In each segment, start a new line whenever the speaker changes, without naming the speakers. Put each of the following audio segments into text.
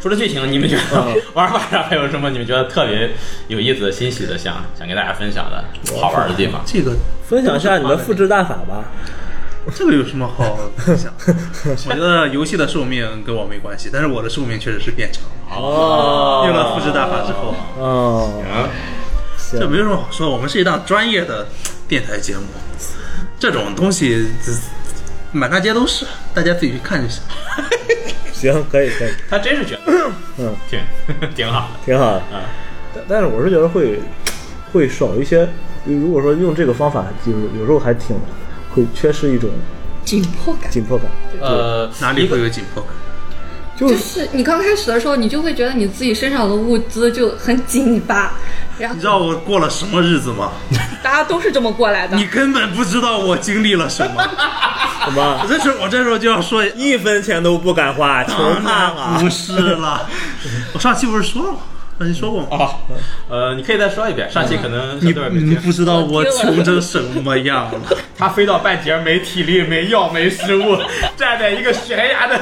除了剧情，你们觉得
嗯
玩法上还有什么你们觉得特别有意思、新奇的，想想给大家分享的好玩的地方？
这个
分享一下你的复制战法吧。
这个有什么好分享？我觉得游戏的寿命跟我没关系，但是我的寿命确实是变长了。
啊
哦
用了复制大法之后，
哦，
行，
这没什么好说。我们是一档专业的电台节目，这种东西这满大街都是，大家自己去看就行。
行，可以可以，
他真是觉得
嗯，
挺 挺好的。
挺好的。
嗯
但但是我是觉得会会少一些，如果说用这个方法，就是有时候还挺会缺失一种
紧迫感。
紧迫感。
呃，
哪里会有紧迫感？
就
就是是你刚开始的时候，你就会觉得你自己身上的物资就很紧巴，然
你知
后
道我过了什么日子吗？
大家都是这么过来的
你。根本不知道我经历了什么。
什么
我这时候我这时候就要说，
一分钱都不敢花，穷怕
啊不
了。
是啦，我上期不是说了吗？上期说过吗？
哦，呃，你可以再说一遍，上期可能
嗯你
小队儿没
你
听，
不知道我穷成什么样了，
他飞到半截儿没体力、没药、没食物， 站在一个悬崖的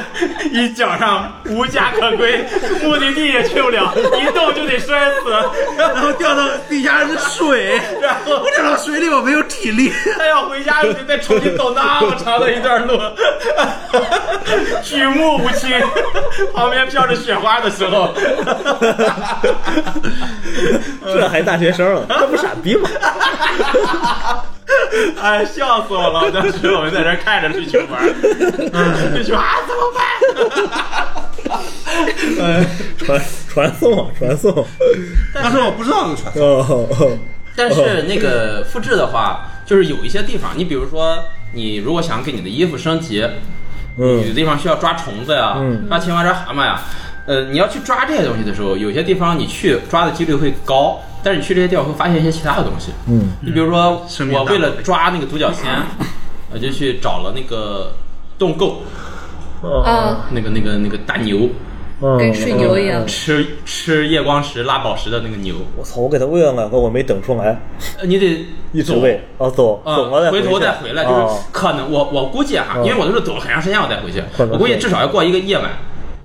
一角上，无家可归，目的地也去不了，一动就得摔死。
然后掉到地下是水， 然后我掉到水里，我没有体 力，
他要回家又得再重新走那么长的一段路，举目无亲，旁边飘着雪花的时候，
这还大学生了，这不傻逼吗？
哎，笑死我了！当时我们在这儿看着绿球玩儿，绿球啊，怎么办？
传传送传送。
但是我不知道有船。
哦，哦
但是那个复制的话，就是有一些地方，你比如说，你如果想给你的衣服升级，有的
嗯，
地方需要抓虫子呀，
嗯
抓青蛙、抓蛤蟆呀，呃，你要去抓这些东西的时候，有些地方你去抓的几率会高，但是你去这些地方会发现一些其他的东西。
嗯，
你比如说
生，命
我
大
为了抓那个 独角仙，我就去找了那个洞垢，
啊，
那个那个那个大牛，
哦
跟吹牛一样
吃吃夜光石拉宝石的那个牛，
我操！我给他喂了两个，我没等出来，
呃你得
一直
走
喂。哦，走，
啊
走了再
回头
去
再回来，就是
哦
可能我我估计哈，
嗯
因为我都是走了很长时间我再回去
可，能
我估计
是
至少要过一个夜晚。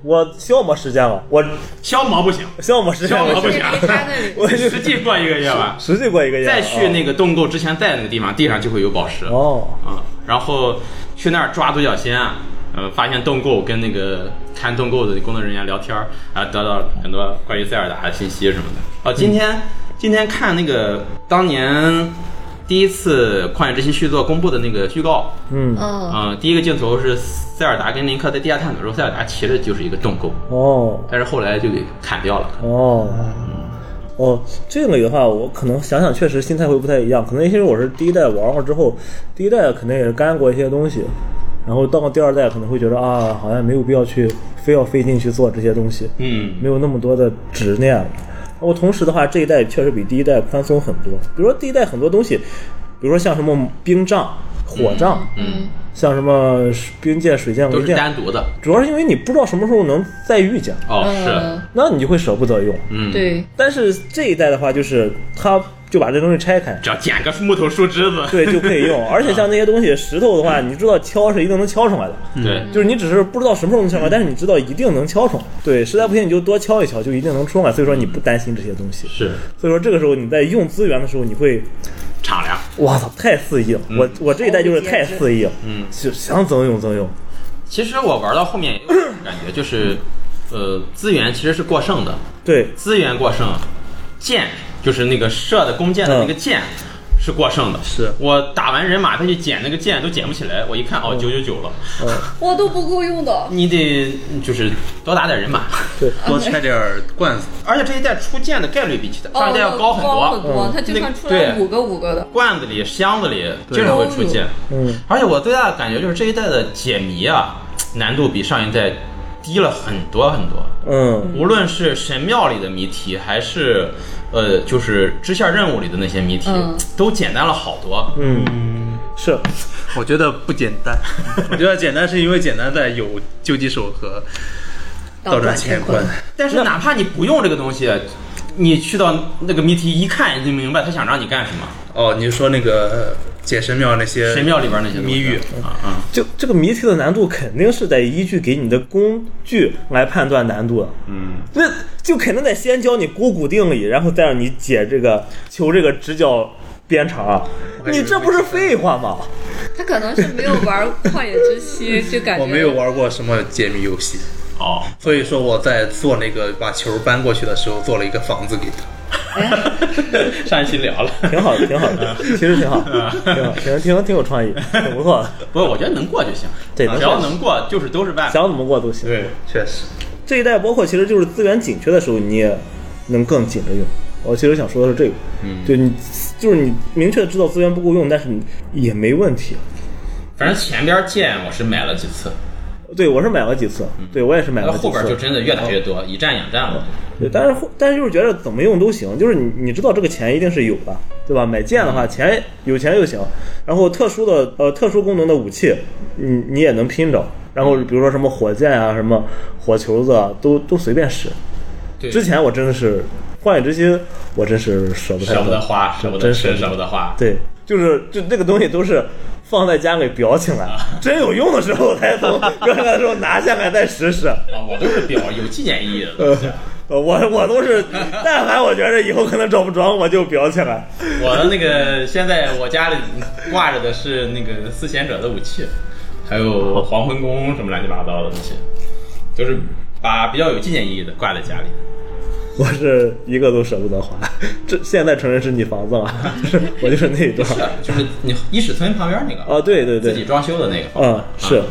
我消磨时间了，我
消磨不行，
消磨时间
消
了
磨不，行
别别插那里
我就
实际过一个夜晚，
实际过一个月。
再去那
个
个洞沟之前，在那个地方地上就会有宝石啊、
哦，
然后去那儿抓独角仙啊，呃，发现洞沟跟那个看洞沟的工作人员聊天儿啊，得到了很多关于塞尔达的信息什么的。哦，今天、今天看那个当年第一次《旷野之息》续作公布的那个预告，
嗯，
嗯，
嗯、第一个镜头是塞尔达跟林克在地下探索的时候，塞尔达骑着就是一个洞沟，
哦，
但是后来就给砍掉了。
哦，哦，这个的话，我可能想想，确实心态会不太一样。可能因为我是第一代玩过之后，第一代可能也是干过一些东西，然后到了第二代可能会觉得啊，好像没有必要去非要费劲去做这些东西，
嗯，
没有那么多的执念了。然后同时的话，这一代确实比第一代宽松很多。比如说第一代很多东西，比如说像什么冰杖、火杖，
嗯，
像什么冰剑、水剑、
都
雷
是
剑，
单独的。
主要是因为你不知道什么时候能再遇见，
哦，是，
呃
那你就会舍不得用。
嗯，。
对，
但是这一代的话，就是他就把这东西拆开，
只要捡个木头树枝子，
对，就可以用。而且像那些东西，石头的话，你知道敲是一定能敲出来的，
对，
嗯
就是你只是不知道什么时候能敲出来，但是你知道一定能敲出来。对，实在不行你就多敲一敲，就一定能出来。所以说你不担心这些东西。
是
所以说这个时候你在用资源的时候，你会，
敞亮。
哇操，太肆意了！我我这一代就是太肆意了，
嗯，
就想怎么用怎么用。
其实我玩到后面也有这种感觉，就是，呃，资源其实是过剩的，
对，
资源过剩，箭就是那个射的弓箭的那个箭。是过剩的，
是
我打完人马再去捡那个箭都捡不起来，我一看哦九九九了，
我都不够用的。
你得就是多打点人马，
多拆点儿罐子，
而且这一代出箭的概率比其他上一代要
哦高
高很
很
多，
多，它就算出来五个五个的，
罐子里、箱子里经常会出箭，
嗯，
而且我最大的感觉就是这一代的解谜啊，难度比上一代低了很多很多。
嗯，
无论是神庙里的谜题，还是呃，就是支线任务里的那些谜题，
嗯
都简单了好多。
嗯，是，
我觉得不简 单。我觉得简单是因为简单在有救济手和倒转乾坤。
但是哪怕你不用这个东西，你去到那个谜题一看，你就明白他想让你干什么。
哦，你说那个解神庙那些
神庙里边那些东西
谜语
啊啊，
就这个谜题的难度肯定是得依据给你的工具来判断难度的。
嗯，
那就肯定得先教你勾股定理，然后再让你解这个求这个直角边长。啊
我以为
你这不是废话吗？
他可能是没有玩旷野之息，就感 觉
我
哦
没 有玩过什么解谜游戏，
哦，
所以说我在做那个把球搬过去的时候，做了一个房子给他。
上一期聊了。
挺好的，挺好的，其实挺好，挺好，挺挺挺有创意，挺不错的。
不是，我觉得能过就行，
对
只要能过就是都是外
想怎么过都行。
对，
确实，
这一代包括其实就是资源紧缺的时候，你也能更紧着用。我其实想说的是这个，嗯，对你就是你明确的知道资源不够用，但是你也没问题。
反正前边剑我是买了几次，
对我是买了几次，对我也是买
嗯
了
那
几次。
后边就真的越来越多，以战养战了。
对，但是后但是就是觉得怎么用都行，就是你你知道这个钱一定是有的，对吧？买剑的
嗯
话，钱有钱就行。然后特殊的呃特殊功能的武器，你你也能拼着。然后比如说什么火箭啊，什么火球子啊，都都随便使。
对，
之前我真的是《荒野之心》，我真是舍不太
舍不得花，舍不得
真舍
吃，
不
舍不得花。
对，就是就那个东西都是放在家里裱起
啊
来，真有用的时候才 从裱起来的时候拿下来再使使。
啊，我都是表有纪念意义的东
呃
西。
呃， 我我都是，但凡我觉着以后可能找不着，我就裱起来。
我的那个现在我家里挂着的是那个四贤者的武器，还有黄昏宫什么乱七八糟的东西，就是把比较有纪念意义的挂在家里。
我是一个都舍不得花。这现在承认是你房子了， 是我就是那一段。
是，啊就是你伊始村旁边那个
哦，对对
自己
对，
装修的那个房子
嗯，是
啊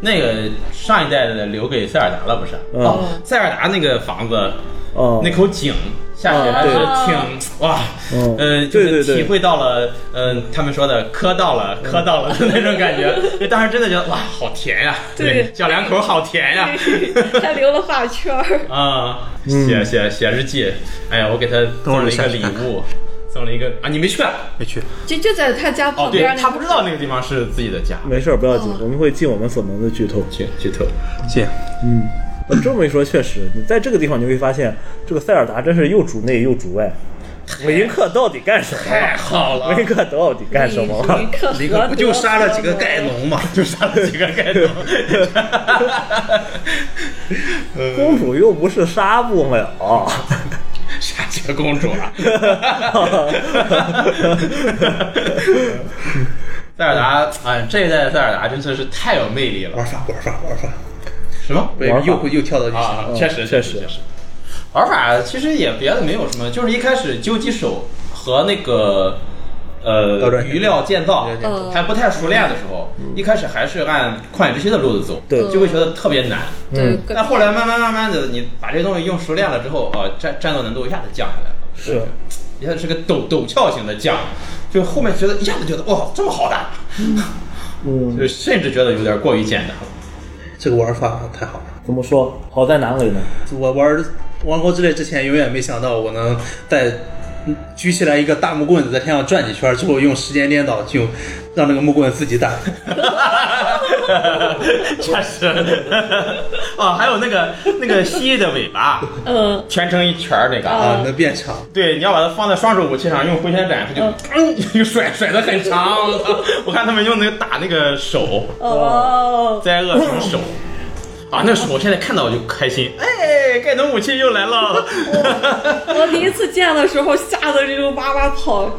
那个上一代的留给塞尔达了，不是？
嗯
哦，塞尔达那个房子，
哦
那，口井下
嗯
雪还是挺哇，
嗯
呃，就
对
是
对对嗯
体会到了，嗯，他们说的磕到了，磕到了的那种感觉。就当时真的觉得哇，好甜呀，
对
小两口好甜呀，
他留了发圈儿。
啊，
嗯
写写写日记，哎呀，我给他送了一个礼物，送了一个啊，你没去啊？
没去。
就就在他家
哦
旁，
对
边、那个
他不知道那个地方是自己的家，
没事儿，不要紧，我们会尽我们所能的剧透。
剧剧 透。
谢谢。
嗯，我这么一说，确实，你在这个地方你会发现，这个塞尔达真是又主内又主外。维克到底干什
太
么？
好了，
维克到底干什么？
李克
李哥不就杀了几个盖农嘛？
就杀了几个盖头。
公主又不是杀不了，啊
杀几个公主啊！ 塞尔达，啊、这一代的塞尔达真的是太有魅力了
玩。法，玩法，玩法。
什么？
对
玩，法
又又跳到就行
啊
了。，
确实，确实，
嗯确实
确实。玩法其实也别的没有什么，就是一开始究极手和那个
倒
呃
转
鱼料建造
建
造
还不太熟练的时候，一开始还是按旷野之息的路子走，
对
就会觉得特别难。
对
嗯，
但后来慢慢慢慢的，你把这东西用熟练了之后，啊，战战斗难度一下子降下来了，
是
一下子是个陡陡峭型的降，就后面觉得一下子觉得哇，这么好打，
嗯，
就甚至觉得有点过于简单了。
这个玩法太好了。
怎么说？好在哪里呢？
我玩《王国之泪》之前，永远没想到我能在嗯举起来一个大木棍子，在天上转几圈之后，用时间颠倒，就让那个木棍自己 打。
啊确实，哦，还有那个那个蜥蜴的尾巴，
嗯，
全成一圈儿那个啊。
嗯
啊，能变长。
对，你要把它放在双手武器上，用回旋斩，它就 嗯，甩甩的很长。 我操！我看他们用那个打那个手，
哦，
灾厄成手。啊，那手我现在看到我就开心，哎，盖农武器又来了。
我第一次见的时候吓得就哇哇跑，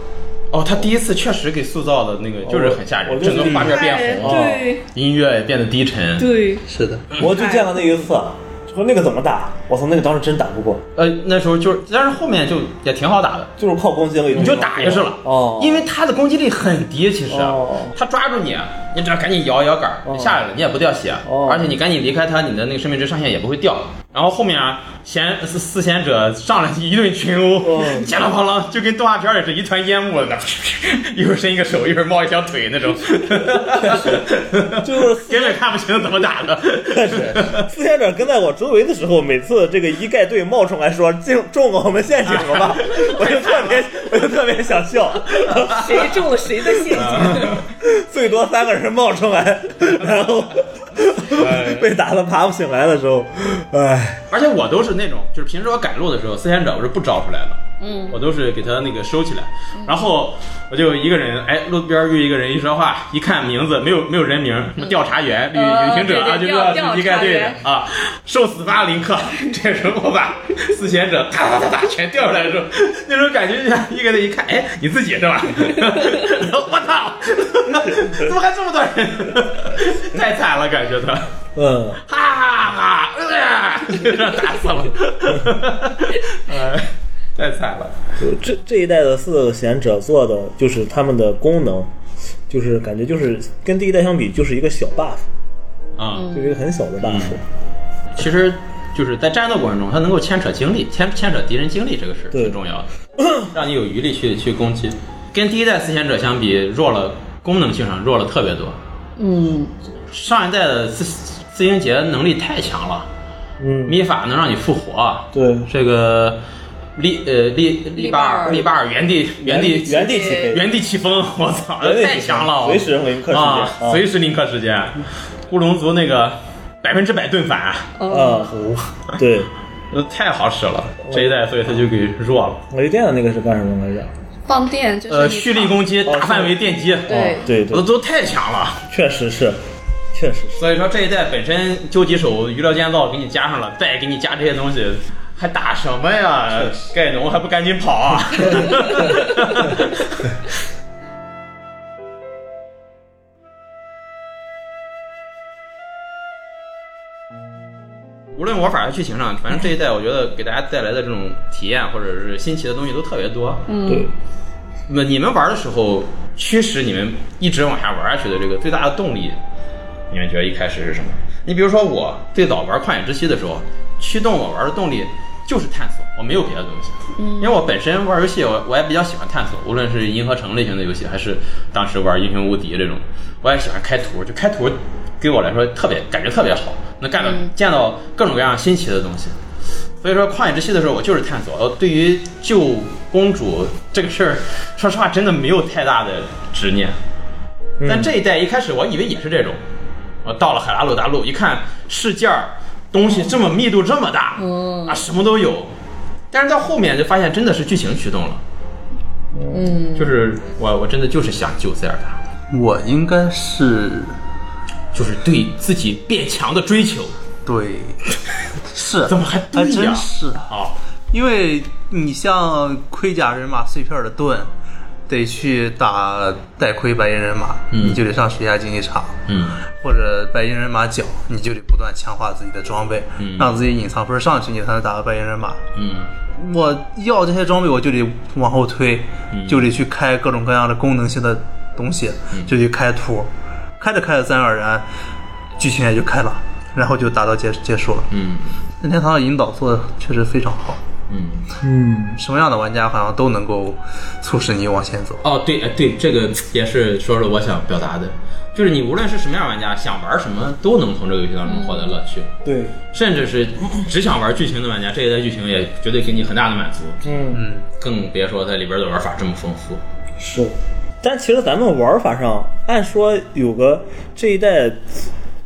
哦，他第一次确实给塑造的那个就是很吓
哦我
人，
我就
整个画面
哎
变红，哦
对
音乐也变得低沉。
对，
是的，
我就见了那一次，说那个怎么打？我操，那个当时真打不过，
呃，那时候就是，但是后面就也挺好打的，
就是靠攻击力。
你就打就是了。
哦，
因为他的攻击力很低，其实啊
哦
他抓住你，啊你只要赶紧摇一摇杆儿，
哦
你下来了，你也不掉血
哦，
而且你赶紧离开他，你的那个生命值上限也不会掉。然后后面啊，贤四四贤者上来一顿群殴
哦，
见了哐啷，就跟动画片里是一团烟雾的， 一会儿伸一个手，一会儿冒一条腿那种，
就是四
根本看不清怎么打的。
四仙者跟在我周围的时候，每次这个一盖队冒出来说进中我们陷阱了 吧，我就特别我就特别想 笑，
谁中了谁的陷阱。
最多三个人冒出来，然后 被打的爬不醒来的时候，哎，
而且我都是那种，就是平时我赶路的时候，四贤者我是不招出来的。
嗯，
我都是给它那个收起来。然后我就一个人，哎，路边遇一个人一说话，一看名字没有没有人名，什么调查员、旅
哦
旅行者啊，就
对对
知道
调
是机盖
调查
队的
员
啊。受死吧，林克！ 这时候我把四贤者哒哒哒哒全调出来的时候，那时候感觉就像一个人一看，哎，你自己是 吧？然后我操，怎么还这么多人？ 太惨了，感觉他。
嗯，
哈哈哈！呃， 就这样打死了，呃，太惨了。
就这这一代的四个贤者做的就是他们的功能，就是感觉就是跟第一代相比，就是一个小 buff，
啊、
就是一个很小的
嗯
buff。
其实就是在战斗过程中，它能够牵扯精力，牵牵扯敌人精力，这个是
对
最重要的，让你有余力去去攻击。跟第一代四贤者相比，弱了功能性上弱了特别多。
嗯，
上一代的四四英杰能力太强了，
嗯，
米法能让你复活，
对，
这个利呃利利巴尔利
利
巴
巴
尔原地原地
原地起飞，
原地起风，我操，
原地
太
起飞
强了！
随时零刻时间
啊，
啊
随时零刻时间。乌龙族那个百分之百盾反，
哦，
啊，对，
呃太好使了，
哦
这一代所以他就给弱了。
雷电的那个是干什么来着？
放电就是
呃，
你
蓄力攻击，大范围电击，
对
啊哦对
都
对，
都太强了。
确实是，确实是。
所以说这一代本身究极手娱乐建造给你加上了，再给你加这些东西。还打什么呀？盖农还不赶紧跑啊！ 无论玩法还是剧情上，反正这一代我觉得给大家带来的这种体验或者是新奇的东西都特别多。
对，
那你们玩的时候，驱使你们一直往下玩下去的这个最大的动力，你们觉得一开始是什么？你比如说我最早玩《旷野之息》的时候，驱动我玩的动力就是探索，我没有别的东西。因为我本身玩游戏，我我也比较喜欢探索，无论是银河城类型的游戏，还是当时玩英雄无敌这种，我也喜欢开图，就开图对我来说特别感觉特别好，能干到、见到各种各样新奇的东西。所以说，旷野之息的时候，我就是探索。呃，对于救公主这个事儿，说实话，真的没有太大的执念。但这一代一开始，我以为也是这种。我到了海拉鲁大陆，一看事件儿东西这么密度这么大，
嗯
啊，什么都有。但是到后面就发现，真的是剧情驱动了。
嗯，
就是我，我真的就是想救塞尔达，
我应该是
就是对自己变强的追求。
对，是
怎么还对呀
还真是啊，
啊，
因为你像盔甲人马碎片的盾，得去打带盔白银人马，
嗯
你就得上水下竞技场。
嗯
或者白银人马脚，你就得不断强化自己的装备，
嗯
让自己隐藏分上去，你才能打到白银人马。
嗯
我要这些装备，我就得往后推，
嗯
就得去开各种各样的功能性的东西，就去开图，开着开着自然而然，剧情也就开了，然后就达到结结束了。
嗯
任天堂的引导做的确实非常好，
嗯。
嗯，
什么样的玩家好像都能够促使你往前走。
哦，对，哎，对，这个也是说了我想表达的，就是你无论是什么样玩家，想玩什么都能从这个游戏当中获得乐趣，
对，
甚至是只想玩剧情的玩家，这一代剧情也绝对给你很大的满足，
嗯，
嗯，
更别说它里边的玩法这么丰富。
是。但其实咱们玩法上，按说有个这一代。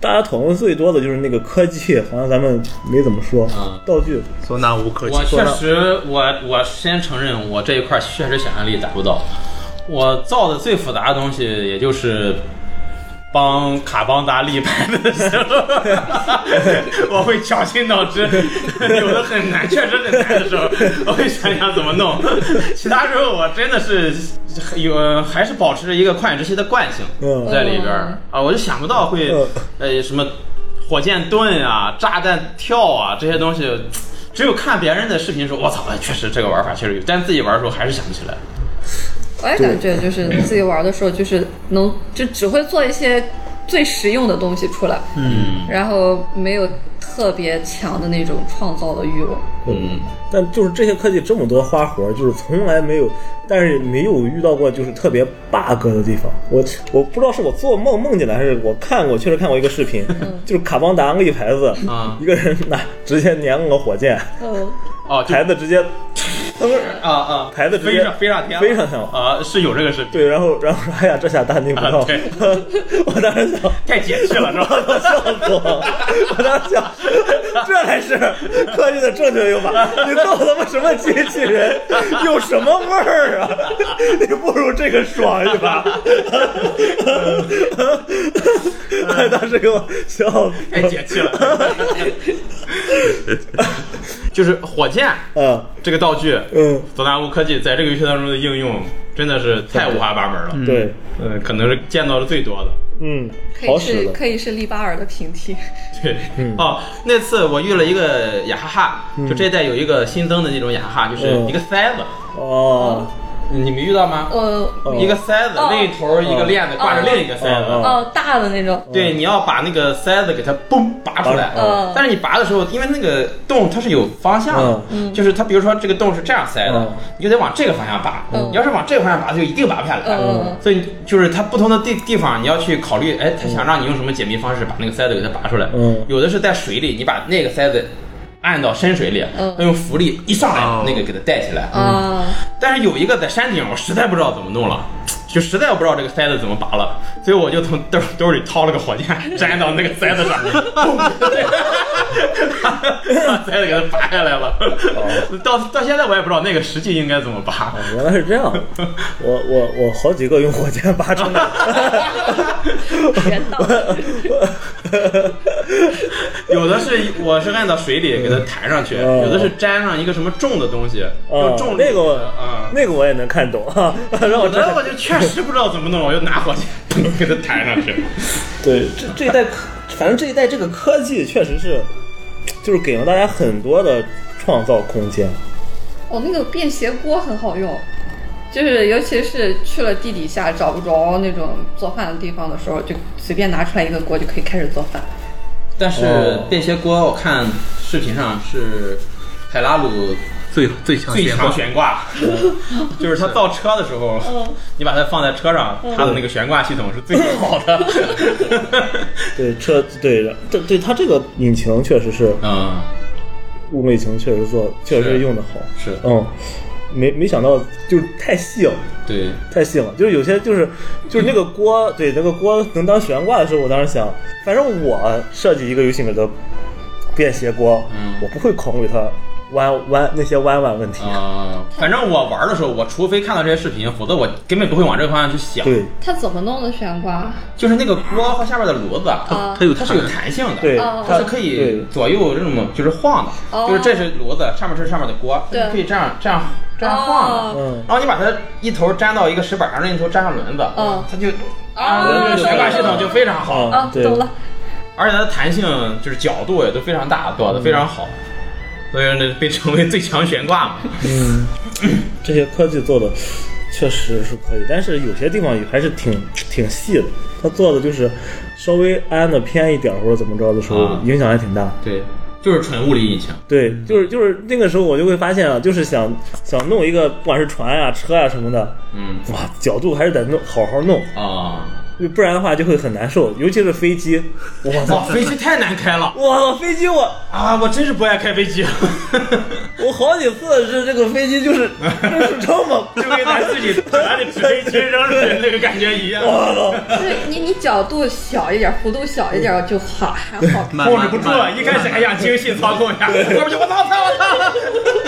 大家讨论最多的就是那个科技，好像咱们没怎么说。
啊
道具，
所难无可
我
击。
确实，我我先承认，我这一块确实想象力达不到。我造的最复杂的东西，也就是帮卡邦达立牌的时候， 我会绞尽脑汁，有的很难，确实很难的时候，我会想想怎么弄。其他时候，我真的是有还是保持着一个旷野之息的惯性。
嗯，
在里边儿啊，我就想不到会
嗯
呃什么火箭盾啊、炸弹跳啊这些东西，只有看别人的视频说，我操，哎确实这个玩法确实有，但自己玩的时候还是想不起来。
我也感觉就是自己玩的时候，就是能就只会做一些最实用的东西出来，
嗯
然后没有特别强的那种创造的欲望。
嗯，
但就是这些科技这么多花活，就是从来没有，但是没有遇到过就是特别 bug 的地方。我我不知道是我做梦梦见的，还是我看过，确实看过一个视频，就是卡邦达立牌子，
嗯啊
一个人拿直接粘了个火箭，
嗯，
哦，就
牌子直接，噔
啊啊，
牌子直
飞
接
上飞上天了，
飞上天了
啊，是有这个视频，
对，然后然后说，哎呀，这下大逆不道！
啊对
我当时想，
太解气了是 吧？
我笑死我了！我当时想，这才是科技的正确用法。你造他妈什么机器人，有什么味儿啊？你不如这个爽一把。哎当时给我笑死。
太解气了， 就是火箭
嗯
这个道具，
嗯，
佐纳乌科技在这个游戏当中的应用真的是太五花八门了，
对，
呃，可能是见到的最多的。
嗯，
可
好
以
使
是
的。
可以是利巴尔的平替，
对，哦，那次我遇了一个雅哈哈，就这一代有一个新增的那种雅哈哈，就是
嗯
一个塞子，
哦，
你没遇到吗？
呃
一个塞子，
哦
另一头一个链子挂着
哦
另一个塞
哦
子。
哦大的那种，
对，你要把那个塞子给它嘣拔出来
嗯，
但是你拔的时候，因为那个洞它是有方向的，
嗯
就是它比如说这个洞是这样塞的
嗯，
你就得往这个方向拔，
嗯
你要是往这个方向拔，就一定拔不下来。
嗯
所以就是它不同的地地方，你要去考虑，哎，它想让你用什么解密方式把那个塞子给它拔出来。
嗯
有的是在水里，你把那个塞子按到深水里，
嗯
它用浮力一上来
哦
那个给它带起来。
啊
但是有一个在山顶，我实在不知道怎么弄了，就实在我不知道这个塞子怎么拔了，所以我就从兜兜里掏了个火箭，粘到那个塞子上，砰 把塞子给它拔下来了。到到现在我也不知道那个实际应该怎么拔。
啊原来是这样。我我我好几个用火箭拔出来
人道
有的是我是按到水里给它弹上去，
嗯
有的是粘上一个什么重的东西，
啊
用，重力
那个我
啊。
那个我也能看懂啊， 让我
有
知道
的我就确实不知道怎么弄，我就拿火箭 砰给它弹上去。
对，这这一代科，反正这一代这个科技确实是，就是给了大家很多的创造空间。
我、哦那个便携锅很好用，就是尤其是去了地底下找不着那种做饭的地方的时候，就随便拿出来一个锅就可以开始做饭。
但是
哦
便携锅，我看视频上是海拉鲁
最最强
最
闲
强
话，
悬挂， 就是他造车的时候，你把它放在车上，它的那个悬挂系统是最好 的。
对车，对对对，它这个引擎确实是
嗯，
物美擎，确实做，确实
是
是用的好。
是
嗯，没没想到就是太细了。
对，
太细了，就是有些就是就是那个锅，对那个锅能当悬挂的时候，我当时想，反正我设计一个游戏里面的便携锅，
嗯
我不会考虑它弯弯那些弯弯问题。
啊，反正我玩的时候，我除非看到这些视频，否则我根本不会往这个方向去想。
对
它怎么弄的悬挂？
就是那个锅和下边的炉子，它
啊
它有它是有弹性的，
对，
哦
它
它
是可以
对
左右这么就是晃的，
哦
就是这是炉子，上面是上面的锅，
对
它是可以这样这样这样晃的。
哦
嗯，
然后你把它一头粘到一个石板上，另一头粘上轮子，
嗯
它就
啊
那个悬挂系统就非常好，
啊
啊，
对
懂了。
而且它的弹性就是角度也都非常大，做的非常好，所以那被称为最强悬挂 嘛。
嗯，这些科技做的确实是可以，但是有些地方也还是挺挺细的，它做的就是稍微安的偏一点或者怎么着的时候
啊，
影响还挺大。
对，就是纯物理引擎。
对，就是就是那个时候我就会发现啊，就是想想弄一个不管是船啊、车啊什么的，
嗯
哇，角度还是得弄好好弄，
啊，
就不然的话就会很难受，尤其是飞机，我
哇，
操，
飞机太难开了
我操，飞机我
啊！我真是不爱开飞 机，
我好几次是这个飞机就是就是这么
就跟咱自己拿那纸飞机扔出去那个感觉一样，
对你，你角度小一点，幅度小一点就好，还好。
慢
控
慢
制不住
慢
了。一开始还想精细操控一下，要不就我操操我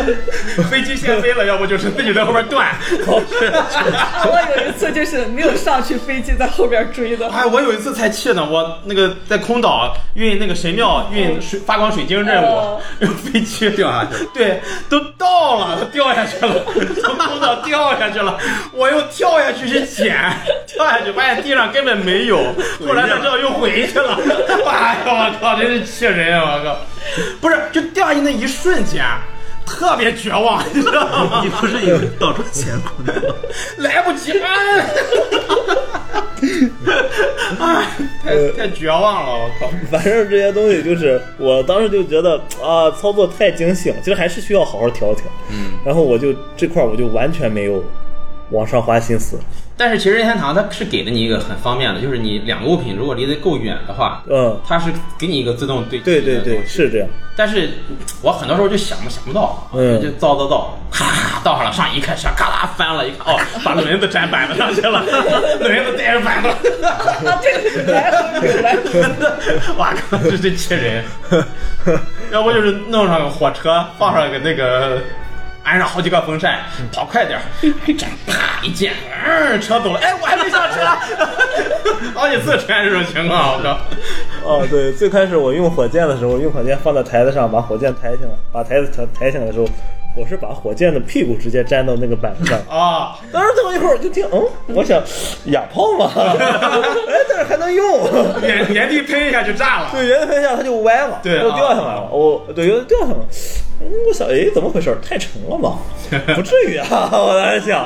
操，飞机先飞了，要不就是自己在后边断。
我有一次就是没有上去，飞机在后边追 的。
哎，我有一次才气呢，我那个在空岛运那个神庙运水发光水晶任务
哦，
用 飞机
掉下 去了，
对，都到了，它掉下去了， 从空岛掉下去了，我又跳下去去捡， 跳下去发现地上根本没有，后来才知道又回去了， 哎呦我靠，真是气人啊！我靠，不是，就掉下去那一瞬间。特别绝望，你知道吗？
你不是以为到处闲话吗？
来不及按， 哎，
呃
太太绝望了，我靠！
反正这些东西就是，我当时就觉得啊，操作太精细了，其实还是需要好好调一调。嗯，然后我就这块儿我就完全没有往上花心思，
但是其实任天堂它是给了你一个很方便的，就是你两个物品如果离得够远的话，
嗯
它是给你一个自动对
对
齐的
对对，
东西
是这样。
但是我很多时候就想不想不到，
嗯
就造造造，啪到上了，上一看上咔啦翻了，一看哦，把轮子粘板子上去了， 轮子带着板子，
啊，这个是来很久了。
哇靠，这真气人！要不就是弄上个火车，放上个那个。安上好几个风扇，跑快点儿，一整啪一溅，嗯，车走了，哎，我还没上车， 好几次出现这种情况，我靠！
哦，对，最开始我用火箭的时候，用火箭放到台子上，把火箭抬起来，把台子抬抬起来的时候，我是把火箭的屁股直接粘到那个板子上。
啊，
当时等我一会儿我就听，嗯，我想哑炮嘛， 哎，但是还能用。
原原地喷一下就炸了，
对，原来下它就歪了，
对
就
啊
掉下来了。我对，就掉下来了。嗯我想，哎，怎么回事？太沉了吧？不至于啊！ 我在想，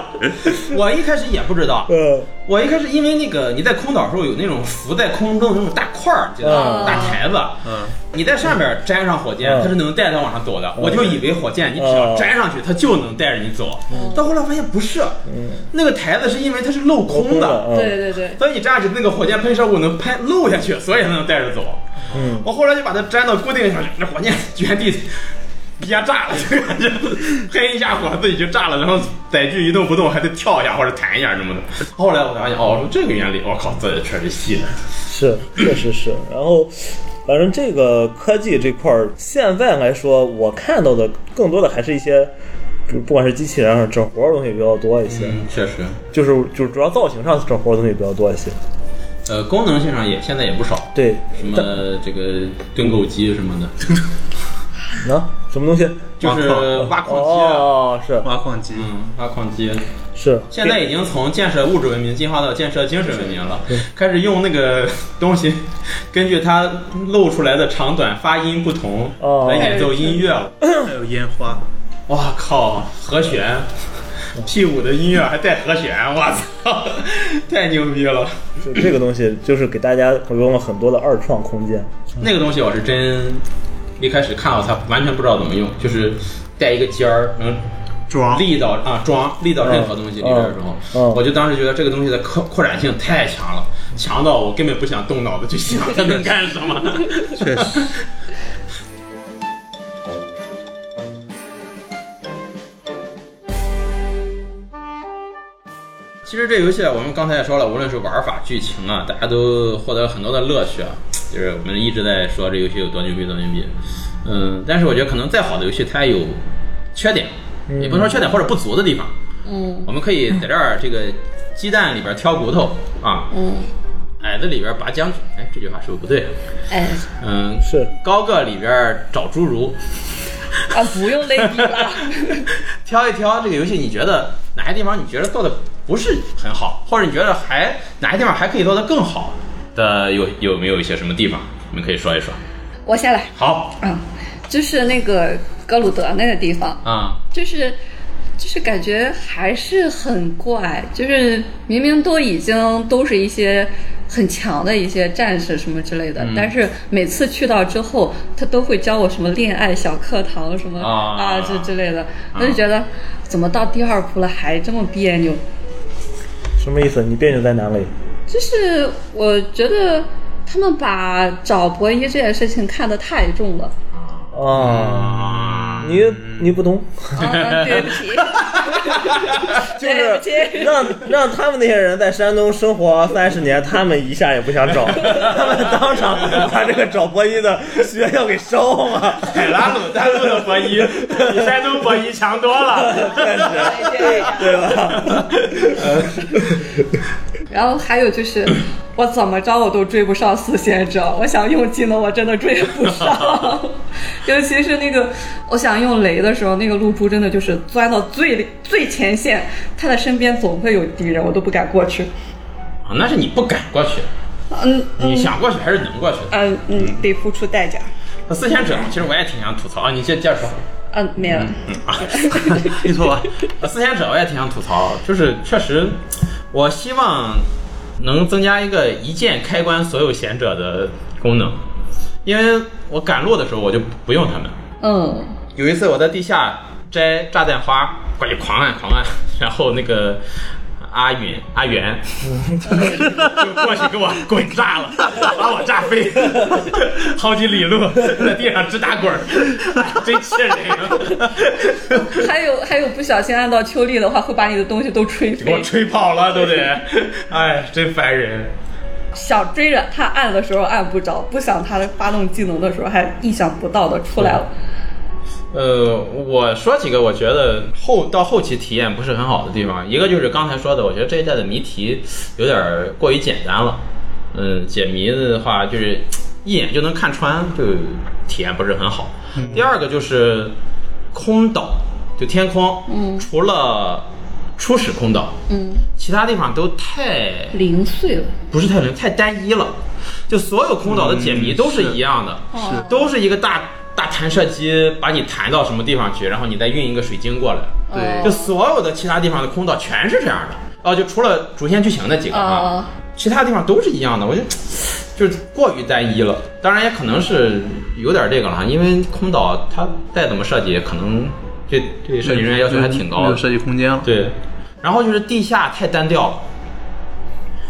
我一开始也不知道，
呃，
我一开始因为那个你在空岛的时候有那种浮在空中的那种大块儿，就
嗯
大台子，嗯，你在上面粘上火箭，
嗯
它是能带它往上走的。我就以为火箭你只要粘上去，它就能带着你走，到后来发现不是，那个台子是因为它是嗯镂空的，
嗯
对对对，
所以你站上去那个火箭喷射物能拍漏下去，所以它能带着走。
嗯，
我后来就把它粘到固定上去，那火箭原地憋炸了，就感觉喷一下火自己就炸了，然后载具一动不动，还得跳一下或者弹一下什么的。后来我才发现，哦，我说这个原理，我靠，这也确实细的。
是，确实是。然后，反正这个科技这块儿，现在来说，我看到的更多的还是一些，比如不管是机器人还是整活儿的东西比较多一些，
嗯，确实，
就是就是主要造型上整活儿的东西比较多一些。
呃，功能性上也现在也不少，
对，
什么这个盾构机什么的，
啊，什么东西？
就是挖矿机啊，
哦，是
挖矿机，
嗯，挖矿机。
是，
现在已经从建设物质文明进化到建设精神文明了，开始用那个东西，根据它露出来的长短发音不同
哦
来演奏音乐了。
还有烟花，
哇靠，和弦，P 五的音乐还带和弦，我操， 太牛逼了！
就这个东西，就是给大家提供了很多的二创空间。
那个东西我是真一开始看到它完全不知道怎么用，就是带一个尖儿能
装
立到啊装立到任何东西里边的时候，
嗯嗯
我就当时觉得这个东西的扩扩展性太强了，强到我根本不想动脑子去想它能干什么。
确实。
其实这游戏啊，我们刚才也说了，无论是玩法、剧情啊，大家都获得了很多的乐趣啊。就是我们一直在说这游戏有多牛逼，多牛逼。嗯，但是我觉得可能再好的游戏，它也有缺点，也不能说缺点或者不足的地方。
嗯
我们可以在这儿这个鸡蛋里边挑骨头啊，
嗯，
矮子里边拔将军。哎，这句话是不是不对？
哎
嗯，
是
高个里边找侏儒，
啊，不用类比了。
挑一挑这个游戏，你觉得哪些地方你觉得做的不是很好，或者你觉得还哪些地方还可以做得更好的，有有没有一些什么地方，你们可以说一说。
我先来
好
啊，就是那个格鲁德那个地方，
啊，
就是就是感觉还是很怪，就是明明都已经都是一些很强的一些战士什么之类的，但是每次去到之后，他都会教我什么恋爱小课堂什么
啊
这之类的，我就觉得怎么到第二部了还这么别扭，
什么意思？你别扭在哪里？
就是我觉得他们把找博一这件事情看得太重了。
啊，
啊
你你不懂，
啊，对不起，
就
对
是
不起
让让他们那些人在山东生活三十年，他们一下也不想找，他们当场把这个找博一的学校给烧了。
海拉鲁丹路的博一比山东博一强多了。
确实，对吧？
然后还有 就是，我怎么着我都追不上四贤者，我想用技能我真的追不上， 尤其是那个我想用雷的时候，那个露珠真的就是钻到最里最前线，他的身边总会有敌人，我都不敢过去。
啊，那是你不敢过去，
嗯
你想过去还是能过去的。
嗯嗯，得付出代价。
那四贤者，其实我也挺想吐槽，啊你接接着说。
嗯，没了。
你说吧，
呃，四贤者我也挺想吐槽，就是确实，我希望能增加一个一键开关所有贤者的功能，因为我赶路的时候我就不用他们。
嗯
有一次我在地下摘炸弹花，过去狂按狂按，然后那个阿允、阿元，就过去给我滚炸了，把我炸飞， 好几里路在地上直打滚儿，哎真气人，
嗯还有还有，不小心按到秋丽的话，会把你的东西都吹
给我
飞。
吹跑了都得，哎，真烦人。
想追着他按的时候按不着，不想他的发动技能的时候还意想不到的出来了。
呃，我说几个我觉得后到后期体验不是很好的地方，一个就是刚才说的，我觉得这一代的谜题有点儿过于简单了。嗯，解谜的话就是一眼就能看穿，就体验不是很好。第二个就是空岛，就天空，嗯，除了初始空岛，
嗯，
其他地方都太
零碎了。
不是太灵，太单一了。就所有空岛的解谜都是一样的，
是
都是一个大大弹射机把你弹到什么地方去，然后你再运一个水晶过来。
哦
就所有的其他地方的空岛全是这样的。哦，就除了主线剧情那几个
哦
啊，其他地方都是一样的。我觉得就是过于单一了。当然也可能是有点这个了哈，因为空岛它再怎么设计，可能对对设计人员要求还挺高
没
的
有。设计空间了。
对，然后就是地下太单调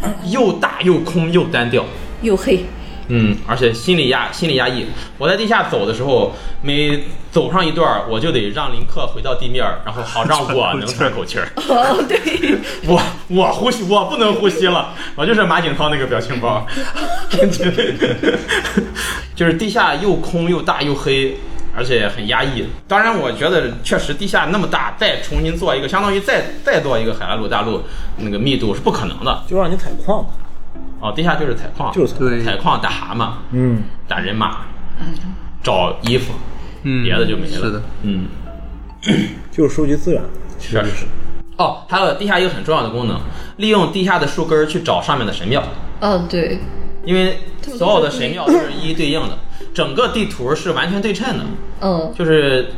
了，又大又空又单调。
又黑，
嗯，而且心理压心理压抑。我在地下走的时候，每走上一段儿，我就得让林克回到地面儿，然后好让我能喘口气儿。
哦对，
我我呼吸，我不能呼吸了，我就是马景涛那个表情包，就是地下又空又大又黑，而且很压抑。当然，我觉得确实地下那么大，再重新做一个，相当于再再做一个海拉鲁大陆，那个密度是不可能的。
就让你采矿吧，
哦，地下就是采矿，
就是采矿
对
采矿打蛤蟆，
嗯，
打人马，找衣服，
嗯，
别的就没了。
是的，
嗯，
就是收集资源，
确实是。哦，还有地下一个很重要的功能，利用地下的树根儿去找上面的神庙。
嗯
哦对，
因为所有的神庙都是一一对应的，整个地图是完全对称的，
嗯，
就是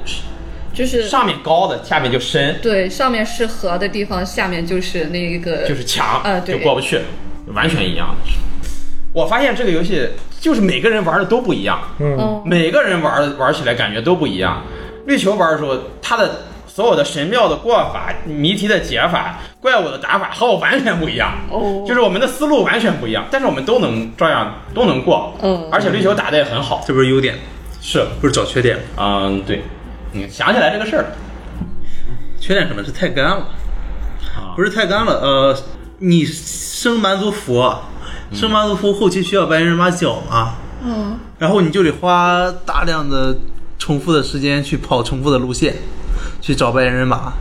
就是
上面高的，下面就深，
对上面是河的地方，下面就是那个
就是墙，
啊对
就过不去，完全一样的。我发现这个游戏就是每个人玩的都不一样，
嗯，
哦
嗯
每个人玩玩起来感觉都不一样。绿球玩的时候，他的所有的神庙的过法、谜题的解法、怪物的打法和我完全不一样，
哦
就是我们的思路完全不一样，但是我们都能照样都能过，
嗯
而且绿球打的也很好，
这不是优点，
是。
不是找缺点。
嗯，对，嗯，想起来这个事儿了，
缺点可能是太干了，
啊
不是太干了。呃，你升蛮族服，升蛮族服后期需要白人马脚嘛，
嗯
然后你就得花大量的重复的时间去跑重复的路线，去找白人马。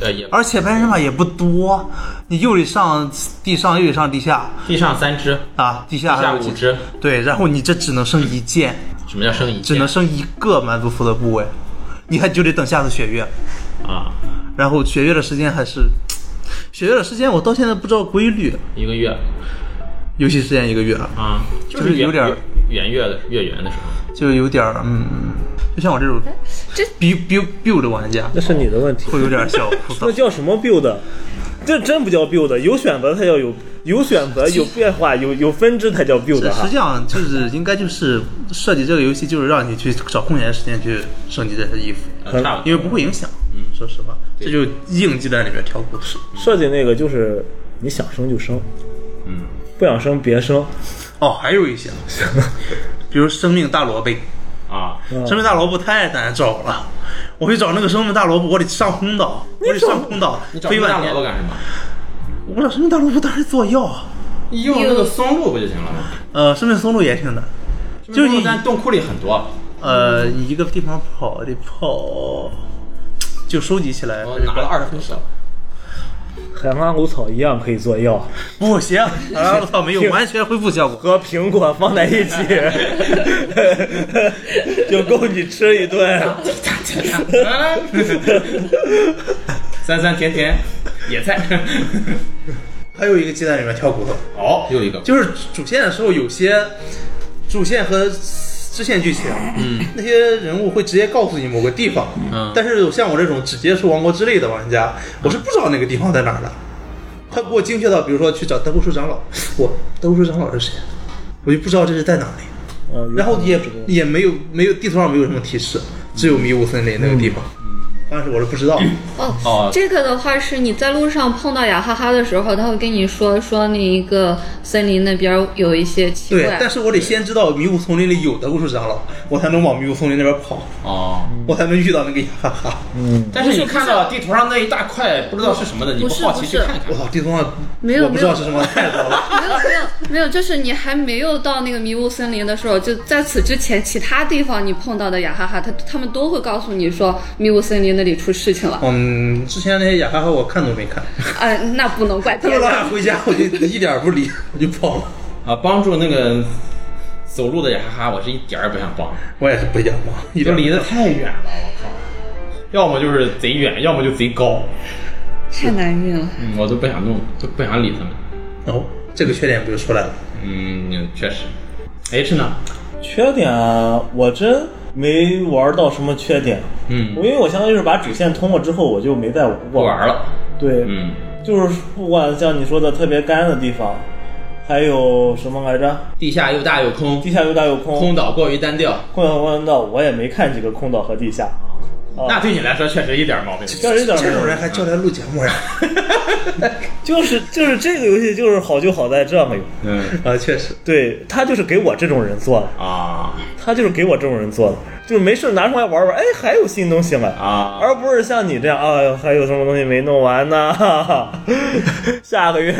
呃，也
而且白人马也不多，你又得上地上又得上地下
地上三只，
啊，地
地
下还
下
有
五
几
只，
对，然后你这只能升一件，
什么叫生一
只能升一个蛮族服的部位，你还就得等下次血月，
啊，
然后血月的时间还是血月的时间，我到现在不知道规律，
一个月
游戏时间一个月，
啊，
就是
圆
有点儿
圆月的月圆的时候，
就有点儿嗯，就像我这种
这
build build build 的玩家
那是你的问题。
会有点儿小 枯
那
燥。
叫什么 build？这真不叫 build，有选择才叫有有选择、有变化、有有分支才叫 build
这实
哈
际。上就是应该就是设计这个游戏，就是让你去找空闲时间去升级这些衣服，
呃差不
因
多
为不会影响。嗯，说实话，这就硬鸡蛋里面挑骨头。
设计那个就是你想升就升，
嗯，
不想升别升。
哦，还有一些， 比如生命大萝卜，
啊，
生命大萝卜太难找了。我去找那个生命大萝卜，我得上空岛，我得上空岛
你找
飞
大
半
萝
天
卜。干什么？
我找生命大萝卜当然是做药啊，
用那个松露不就行了吗？
呃，生命松露也挺难。
就是
你
但洞窟里很多，
呃，你一个地方跑得跑，就收集起来。
我拿了二十分手，
海马谷草一样可以做药，
不 行，啊，我操，没有完全恢复效果。
和苹果放在一起， 就够你吃一顿。
酸酸甜甜，野菜，
还有一个鸡蛋里面挑骨头，
哦，又一个，
就是主线的时候，有些主线和支线剧情，嗯，那些人物会直接告诉你某个地方，
嗯
但是有像我这种只接触《王国之泪》的玩家，我是不知道那个地方在哪儿的。他给我精确到，比如说去找德古树长老，我德古树长老是谁，我就不知道这是在哪里。
嗯
然后也也没有没有地图上没有什么提示，只有迷雾森林那个地方。当时我是不知道，
哦，
哦
这个的话是你在路上碰到雅哈哈的时候，他会跟你说说那一个森林那边有一些奇
对
嗯
怪，，
但是我得先知道迷雾丛林里有德古树长老，我才能往迷雾丛林那边跑，
哦，
我才能遇到那个雅哈哈。
但是你看到地图上那一大块不知道是什么的，你
不是
好奇去
不是
看
我
看？
操，地图上
没有
我不知道是什么，太多 了。
没有没有没有，就是你还没有到那个迷雾森林的时候，就在此之前，其他地方你碰到的雅哈哈，他他们都会告诉你说迷雾森林那里出事情了。
嗯，之前那些雅哈哈我看都没 看，
哎，那不能怪
他
别人
们 老。想回家，我就一点儿不理，我就跑了。
啊，帮助那个走路的雅哈哈，我是一点儿也不想帮，
我也是不想嘛，一
就
点儿
离得太远了，我靠！要么就是贼远，要么就贼高，
太难运了。
嗯，我都不想弄，都不想理他们。
哦，这个缺点不就出来了？
嗯，确实。H 呢？
缺点啊，我真没玩到什么缺点，
嗯
因，为我相当于是把主线通过之后，我就没再玩
不
过。
玩了。
对，
嗯，
就是不管像你说的特别干的地方，还有什么来着？
地下又大又空
地，下又大又空，
空岛过于单调，
空岛空岛我也没看几个空岛和地下啊。哦
那对你来说确实一点毛病没有。
确实有点
这种人还叫来录节 目呀？
就是就是这个游戏就是好就好在这个，
嗯
啊，确实，
对他就是给我这种人做的，
啊
他就是给我这种人做的，就是没事拿出来玩玩，哎，还有新东西了
啊
而不是像你这样啊、还有什么东西没弄完呢？ 哈哈下个月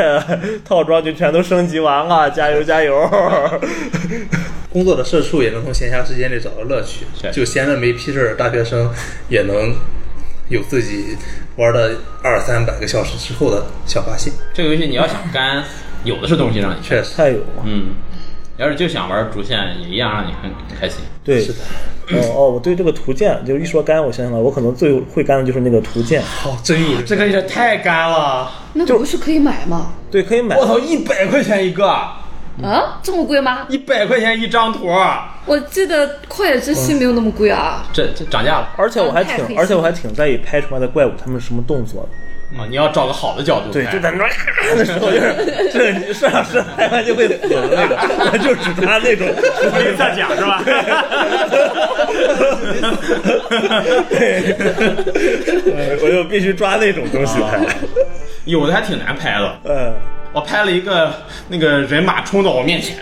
套装就全都升级完了，加油加油！
工作的社畜也能从闲暇时间里找到乐趣
是，
就闲着没屁事儿，大学生也能有自己玩的二三百个小时之后的小发现。
这个游戏你要想干，有的是东西让你去。
确实，
太有了，
嗯，要是就想玩主线，也一样让你很很开心。
对，
是的。
哦哦，我对这个图鉴，就是一说干，我想起来，我可能最会干的就是那个图鉴，
好，真有
这个有点太干了，
那不是可以买吗？
对，可以买
我。操，一百块钱一个，
啊，这么贵吗？
一百块钱一张图，
我记得《旷野之息》没有那么贵啊。
这这涨价了
而且我还
太黑
挺，
心
而且我还挺在意拍出来的怪物他们是什么动作的。
啊！你要找个好的角度看，
对，就在那儿 的时候，就是就是摄像师拍完哎就会死的那个，我就只拿那种。
金色奖是吧？
对，我就必须抓那种东西拍。
有的还挺难拍的，
嗯，
我拍了一个那个人马冲到我面前，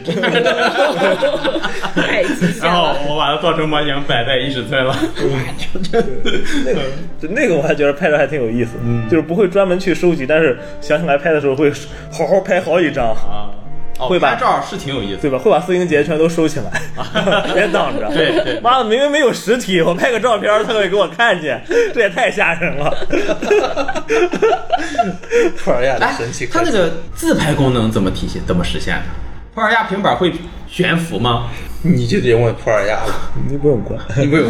太极限
然后
了。
我把它做成模型摆在一室村了。
那个就那个我还觉得拍的还挺有意思，就是不会专门去收集，但是想起来拍的时候会好好拍好几张，
啊，哦
会吧
拍照是挺有意思的。
对吧？会把四英节全都收起来，别挡着。
对对
妈的，明明没有实体，我拍个照片儿，他会给我看见，这也太吓人了。
普尔亚的
哎
神奇，科
它
技
那个自拍功能怎么体现？怎么实现的？普尔亚平板会悬浮吗？
你就得问普尔亚了，
你不用管，
你没有？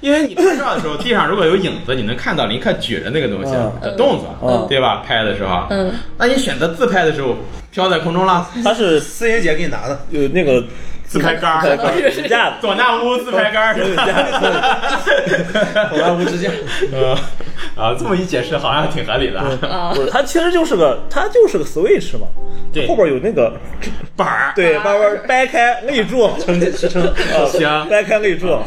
因为你拍照的时候，地上如果有影子，你能看到林克举着那个东西
嗯
的动作，
嗯
对吧？拍的时候，啊
嗯，
那你选择自拍的时候飘在空中了，
他是
思妍姐给你拿的，
有呃那个
自拍杆
自拍杆
儿，
儿支架 子，
左纳乌自拍杆儿，
我来无支架。
呃啊，这么一解释好像挺合理的，
不是，它其实就是个，它就是个 Switch 嘛，
对
后边有那个，
板儿，
对，慢慢掰开立住，
支撑，
啊
行啊
掰开立住，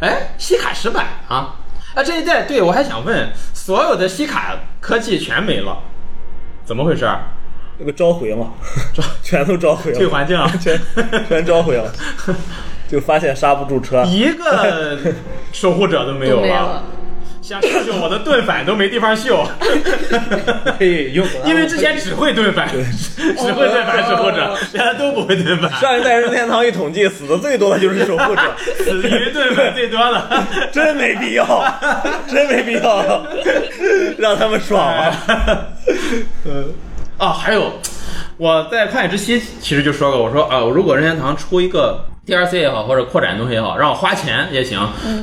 哎，西卡石板啊啊！这一代对我还想问，所有的西卡科技全没了，怎么回事儿？
那个召回嘛， 全都召回
退
了，
环境啊，
全全 召回了，就发现刹不住车，
一个守护者都没有啊
都没
了
了。
想秀秀我的盾反都没地方秀，
哎
可以用左纳乌
因为之前哦只会盾反，只会盾反守护者，大家都不会盾反，
上一代任天堂一统计死的最多的就是守 护者，
死于盾反最多了。
真没必要，真没必要， 让他们爽
哎
啊！
啊，还有我在《旷野之息》其实就说过，我说啊，如果任天堂出一个 DLC 也好，或者扩展东西也好，让我花钱也行，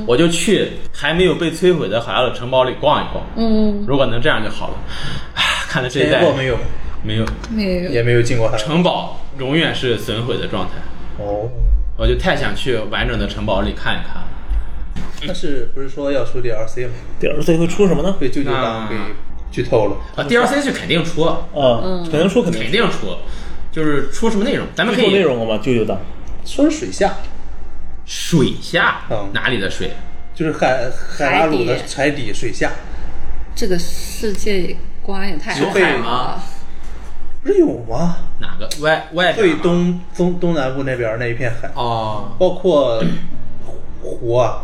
我就去还没有被摧毁的海奥的城堡里逛一逛。
嗯，
如果能这样就好了。唉看来这一代
见过没有？
没有
没有。
也没有进过他。
城堡，永远是损毁的状态。
哦，
我就太想去完整的城堡里看一看了。
但是不是说要出 DLC 吗？
第二最会出什么呢？
被舅舅
啊
党给剧透了。
啊，DLC 是肯定出，
啊，肯定出肯定
肯定出，就是出什么内容，咱们
出
可以
内容了吗？舅舅党
说是水下，
水下
嗯
哪里的水？
就是海海拉鲁的海底水下，
这个世界观也太
有
开
海
放
吗
了。
不是有吗？
哪个外外边
最
吗
东东东南部那边那一片海，
哦，
包括湖啊，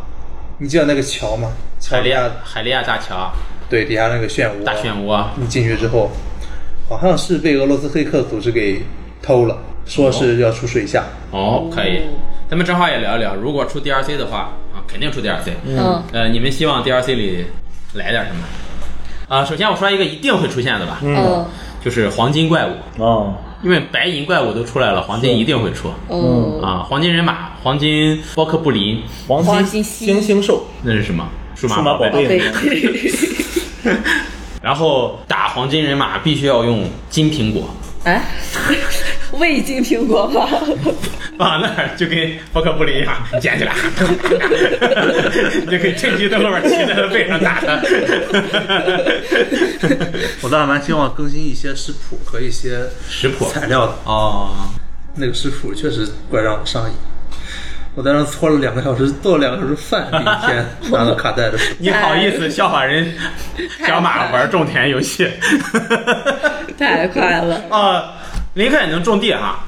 你记得那个桥吗？
海
桥
利
底
亚
下
海利亚大桥、
对底下那个漩涡，啊
大漩涡，哦
你进去之后，好像是被俄罗斯黑客组织给偷了，说是要出水下。
哦，可以。咱们正好也聊一聊，如果出 DLC 的话啊，肯定出 DLC。
嗯，
呃，你们希望 DLC 里来点什么？啊、首先我说一个一定会出现的吧，
嗯
哦
就是黄金怪物，
哦，
因为白银怪物都出来了，黄金一定会出。
哦，
啊，黄金人马、黄金包克布林，
黄
黄
金
金
星
星
星兽，
那是什么？数
数
码
码宝
贝。
贝
对
吗，
然后打黄金人马必须要用金苹 果，
啊
哎，未经苹 果吧？
放啊那儿就跟包克布林一样，你捡起 来，你就可以趁机在后面骑在他背上打他。
我倒还蛮希望更新一些食谱和一些
食谱
材料的，
哦，
那个食谱确实怪让我上瘾。我在那搓了两个小时，做了两个小时饭，第一天 拿到卡带的时候，
你好意思笑话人小马玩种田游 戏？
太快了！
啊，林肯也能种地哈？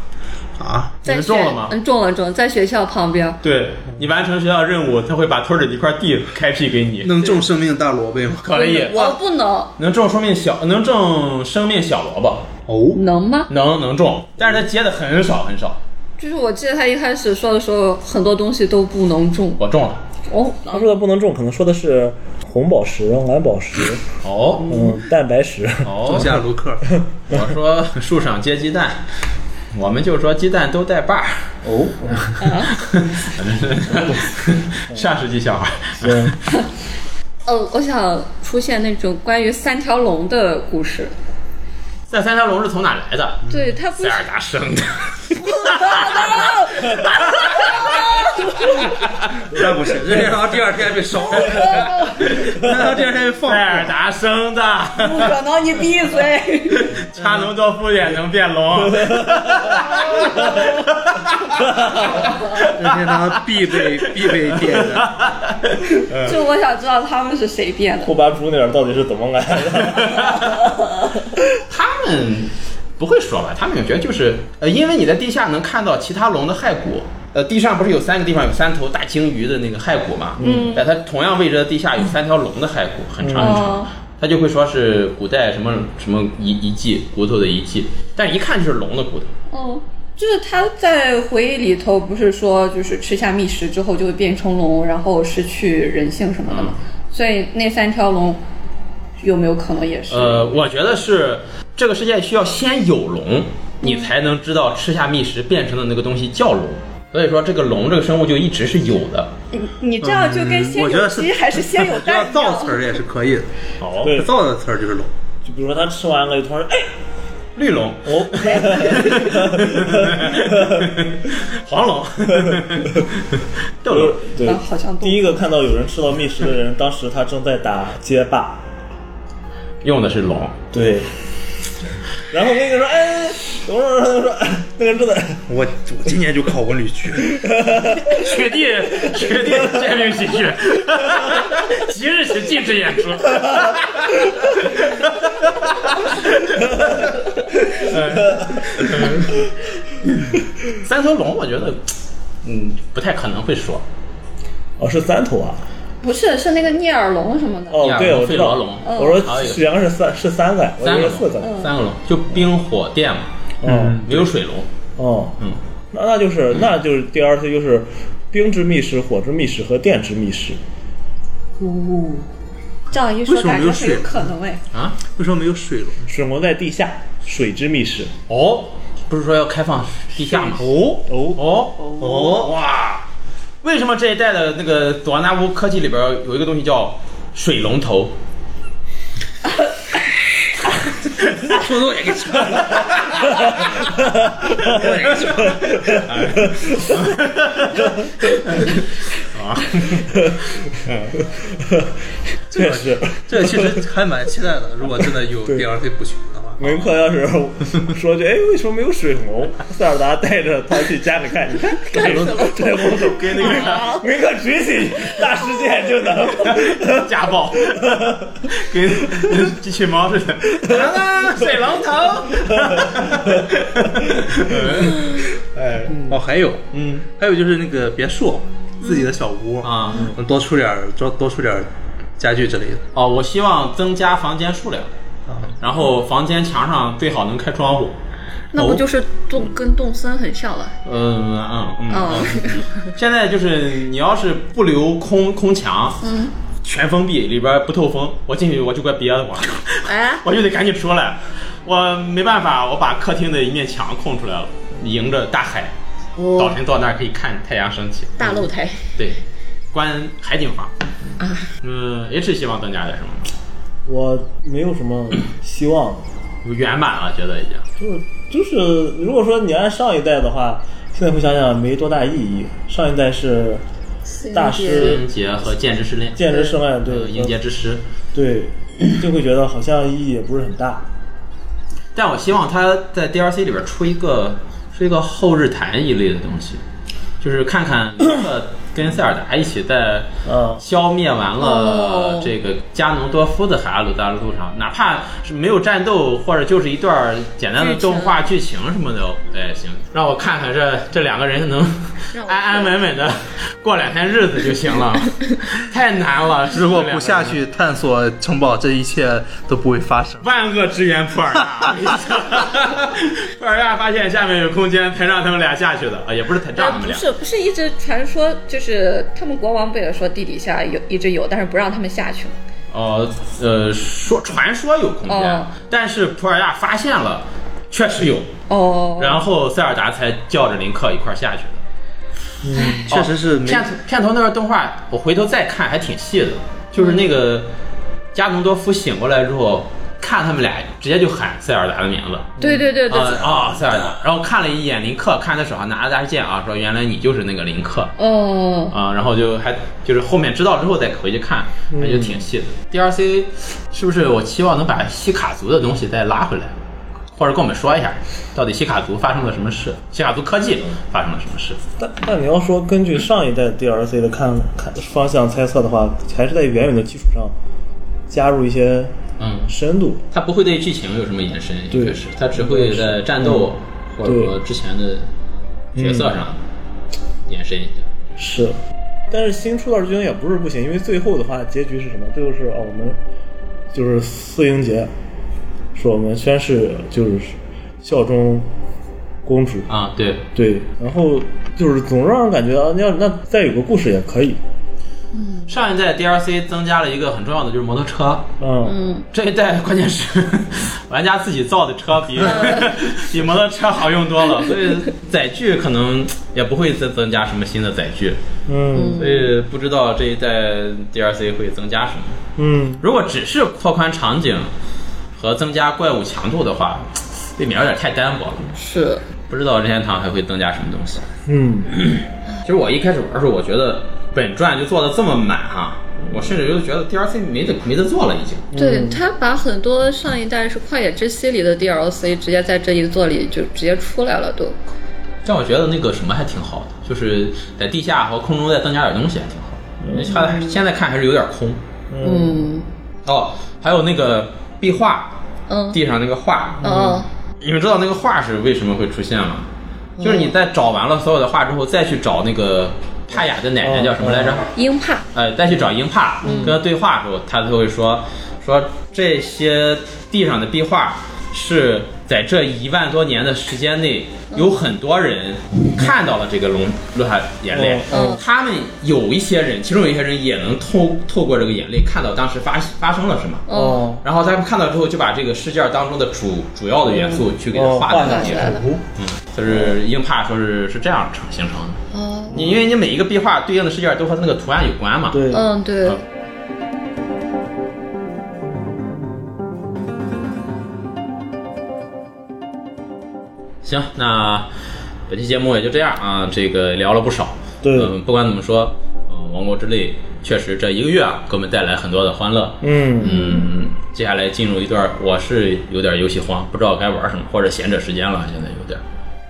啊，
你
在
们
学
种了吗？
嗯，中了中了，在学校旁边。
对你完成学校任务，他会把村里的一块地开辟给你。
能种生命大萝卜吗？
可以，
我不能，
能种生命小，能种生命小萝卜，
哦，
能吗？
能能种，但是它结的很少很少。
就是我记得他一开始说的时候，很多东西都不能种。
我种了，
哦，
他说的不能种，可能说的是红宝石、蓝宝石、
哦
嗯，蛋白石。
哦
种，下卢克，
我说树上结鸡蛋，我们就说鸡蛋都带把儿。
哦，
上世纪小孩儿，
嗯，
呃，我想出现那种关于三条龙的故事。
那三条龙是从哪来的？
对，它不
塞
是
尔达生的。
那不行，任天堂第二天被烧 了，任天堂第二天被放
塞尔
火，
达生的，
不可能，你闭嘴！
差龙多夫也能变 龙。
任天堂必备必备点的。 嗯
就我想知道他们是谁变的。
库巴猪那边到底是怎么来的？
他们不会说吧？他们我觉得就是，呃，因为你在地下能看到其他龙的骸骨。呃，地上不是有三个地方有三头大鲸鱼的那个骸骨嘛？嗯，在它同样位置的地下有三条龙的骸骨，很长很长。
嗯
他就会说是古代什么什么遗遗迹，骨头的遗迹，但一看就是龙的骨头。
哦，就是他在回忆里头不是说，就是吃下觅食之后就会变成龙，然后失去人性什么的嘛。
嗯
所以那三条龙有没有可能也是？
呃，我觉得是这个世界需要先有龙，你才能知道吃下觅食变成的那个东西叫龙。所以说，这个龙这个生物就一直是有的。
你你这样就跟
嗯
先
我觉得
有
是
鸡 还是先有
这
蛋
样
一
造
样
词？儿也是可以的，
哦
对
造的词儿就是龙。
就比如说他吃完了，突然哎，哦
绿龙，黄 龙，斗龙
我，对
啊，好像 都
第一个看到有人吃到觅食的人，当时他正在打街霸，
用的是龙。
对。然后那个说，哎，等会儿，等会儿，哎那个人正在，
我我今年就考文旅局，
雪地，雪地煎饼喜剧， 即日起禁止演出。 三头龙，我觉得，嗯，不太可能会说。
哦，是三头啊，
不是是那个聂耳龙什么的。
哦，对，我知道
费罗龙
我说
还有一个
是原来是三是三个呀，我
三
以
个
为是四个呢。
龙，三个龙，就冰火电嘛，
嗯，
没有水龙。
哦，
嗯，
那那就是那就是 DLC 就是冰之密室、火之密室和电之密室。
这样一
为
说，
什么
感
没有
觉很有
水
可能哎。
啊，
为什么没有水龙？
水龙在地下，水之密室。
哦，不是说要开放地下吗？
哦
哦，
哦哦哇！为什么这一代的那个佐安纳乌科技里边有一个东西叫水龙头？
偷偷也给吃了，
确实，
这其实还蛮期待的。如果真的有 DLC 补全的话，
美克要是 说句哎为什么没有水龙，塞尔达带着他去家里看，你看水龙水龙头
跟那个
梅克举起大事件就能，
家 暴，跟 机器猫似的，啊，水龙头，
哎，哦，还有，嗯，还有就是那个别墅，自己的小屋
啊，
能多出点儿，多多出点儿家具之类的。
哦，我希望增加房间数量，然后房间墙上最好能开窗户。
那
哦
不就是动跟动森很像了？
嗯嗯嗯
哦
嗯，现在就是你要是不留空空墙，嗯，全封闭，里边不透风，我进去我就快憋得慌，
哎，
我就得赶紧出来。我没办法，我把客厅的一面墙空出来了，迎着大海，早晨到那儿可以看太阳升起。
哦
嗯
大露台，啊
对，关海景房。嗯，H 希望增加点什么？
我没有什么希望。
圆满了，觉得已经。
就是就是，如果说你按上一代的话，现在回想想没多大意义。上一代是大师
音节和剑之失恋，
见之胜爱，
呃，
对
音节之师。
对，就会觉得好像意义也不是很大。
但我希望他在 DLC 里边出一个出一个后日谈一类的东西，就是看看卢克跟塞尔达一起在
嗯
消灭完了
哦
这个加农多夫的海拉鲁大陆上，哪怕是没有战斗或者就是一段简单的
剧情
动画剧情什么的，哎行，让我看看这这两个人能
让我
安安稳稳的过两天日子就行了，太难了。
如果
这两个人
不下，去探索城堡，这一切都不会发生。
万恶之源普尔纳， 普尔纳发现下面有空间，才让他们俩下去的啊，也不是才让他
哎，
们
不
俩。
是不是，一直传说就是他们国王不也说地底下有一直有，但是不让他们下去吗？
呃呃，说传说有空间，
哦
但是普尔亚发现了，确实有，
哦，
然后塞尔达才叫着林克一块儿下去的。
确实是没
片头片头那段动画，我回头再看还挺细的，就是那个加农多夫醒过来之后，看他们俩直接就喊塞尔达的名字。
对对对对，
啊啊、塞尔达！然后看了一眼林克，看他手上拿着大剑啊，说原来你就是那个林克
哦，
啊、然后就还就是后面知道之后再回去看，那就挺细的。DLC 是不是我期望能把西卡族的东西再拉回来，或者跟我们说一下，到底西卡族发生了什么事？西卡族科技发生了什么事？
但但你要说根据上一代 DLC 的看看方向猜测的话，还是在原有的基础上加入一些
嗯，
深度。
他不会对剧情有什么延伸，
对
应该是他只会在战斗或者说之前的角色上延伸一下。
是，但是新出道剧情也不是不行，因为最后的话结局是什么？最后是哦，我们就是四英杰说我们宣誓就是效忠公主，
啊，对，
对，然后就是总让人感觉啊，要那再有个故事也可以，
上一代 DLC 增加了一个很重要的就是摩托车。
嗯，
这一代关键是玩家自己造的车比 比摩托车好用多了，所以载具可能也不会再增加什么新的载具，
嗯
所以不知道这一代 DLC 会增加什么。
嗯，
如果只是拓宽场景和增加怪物强度的话，未免有点太单薄了。
是
不知道任天堂还会增加什么东西。
嗯，
其实我一开始玩的时候，我觉得本传就做的这么满啊，我甚至就觉得 DLC 没得没得做了已经。
对他把很多上一代是《旷野之息》里的 DLC 直接在这一座里就直接出来了，都。
但我觉得那个什么还挺好的，就是在地下和空中再增加点东西还挺好的。因为它现在看还是有点空。
嗯
哦，还有那个壁画，
嗯
地嗯上那个画，
哦
你们知道那个画是为什么会出现吗？就是你在找完了所有的画之后，再去找那个帕雅的奶奶叫什么来着？
鹰帕
呃，再去找英帕
嗯
跟他对话的时候，他就会说说这些地上的壁画是在这一万多年的时间内，有很多人看到了这个龙落下眼泪。
嗯
他们有一些人，其中有一些人也能透透过这个眼泪看到当时发发生了什么。
哦，
然后他们看到之后，就把这个事件当中的主主要的元素去给它
哦
画
画
在
下
那里
来了。
嗯，就是英帕说是是这样成形成的。
哦
你因为你每一个壁画对应的事件都和那个图案有关嘛。
对，
嗯对
嗯，行，那本期节目也就这样啊，这个聊了不少。
对
嗯，不管怎么说，嗯，《王国之泪》确实这一个月啊，给我们带来很多的欢乐。
嗯，
嗯，接下来进入一段我是有点游戏荒，不知道该玩什么，或者闲着时间了，现在有点。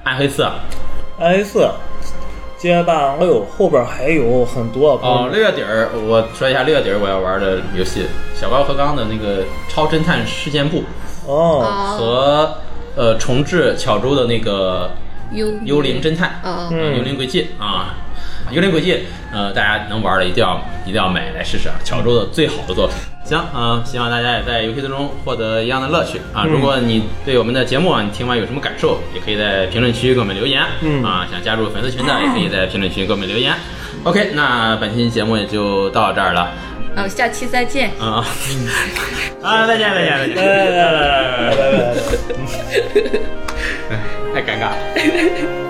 暗黑四啊
，i 四，街霸，哎呦，后边还有很多啊。
哦，六月底儿我说一下六月底儿我要玩的游戏，小高和刚的那个《超侦探事件部》
哦，
啊，
和呃重置巧周的那个
幽
《幽灵侦探》
哦
啊，
嗯，幽灵轨迹啊，幽灵轨迹，呃，大家能玩的一定要一定要买来试试啊，巧周的最好的作品。行，啊，希望大家也在游戏当中获得一样的乐趣啊！如果你对我们的节目啊，你听完有什么感受，也可以在评论区给我们留言。
嗯
啊，想加入粉丝群的，也可以在评论区给我们留言。OK，那本期节目也就到这儿了
啊，下期再见。
啊！ 啊，再见，再见，再见！
嗯来来来来来来来来。
太尴尬了。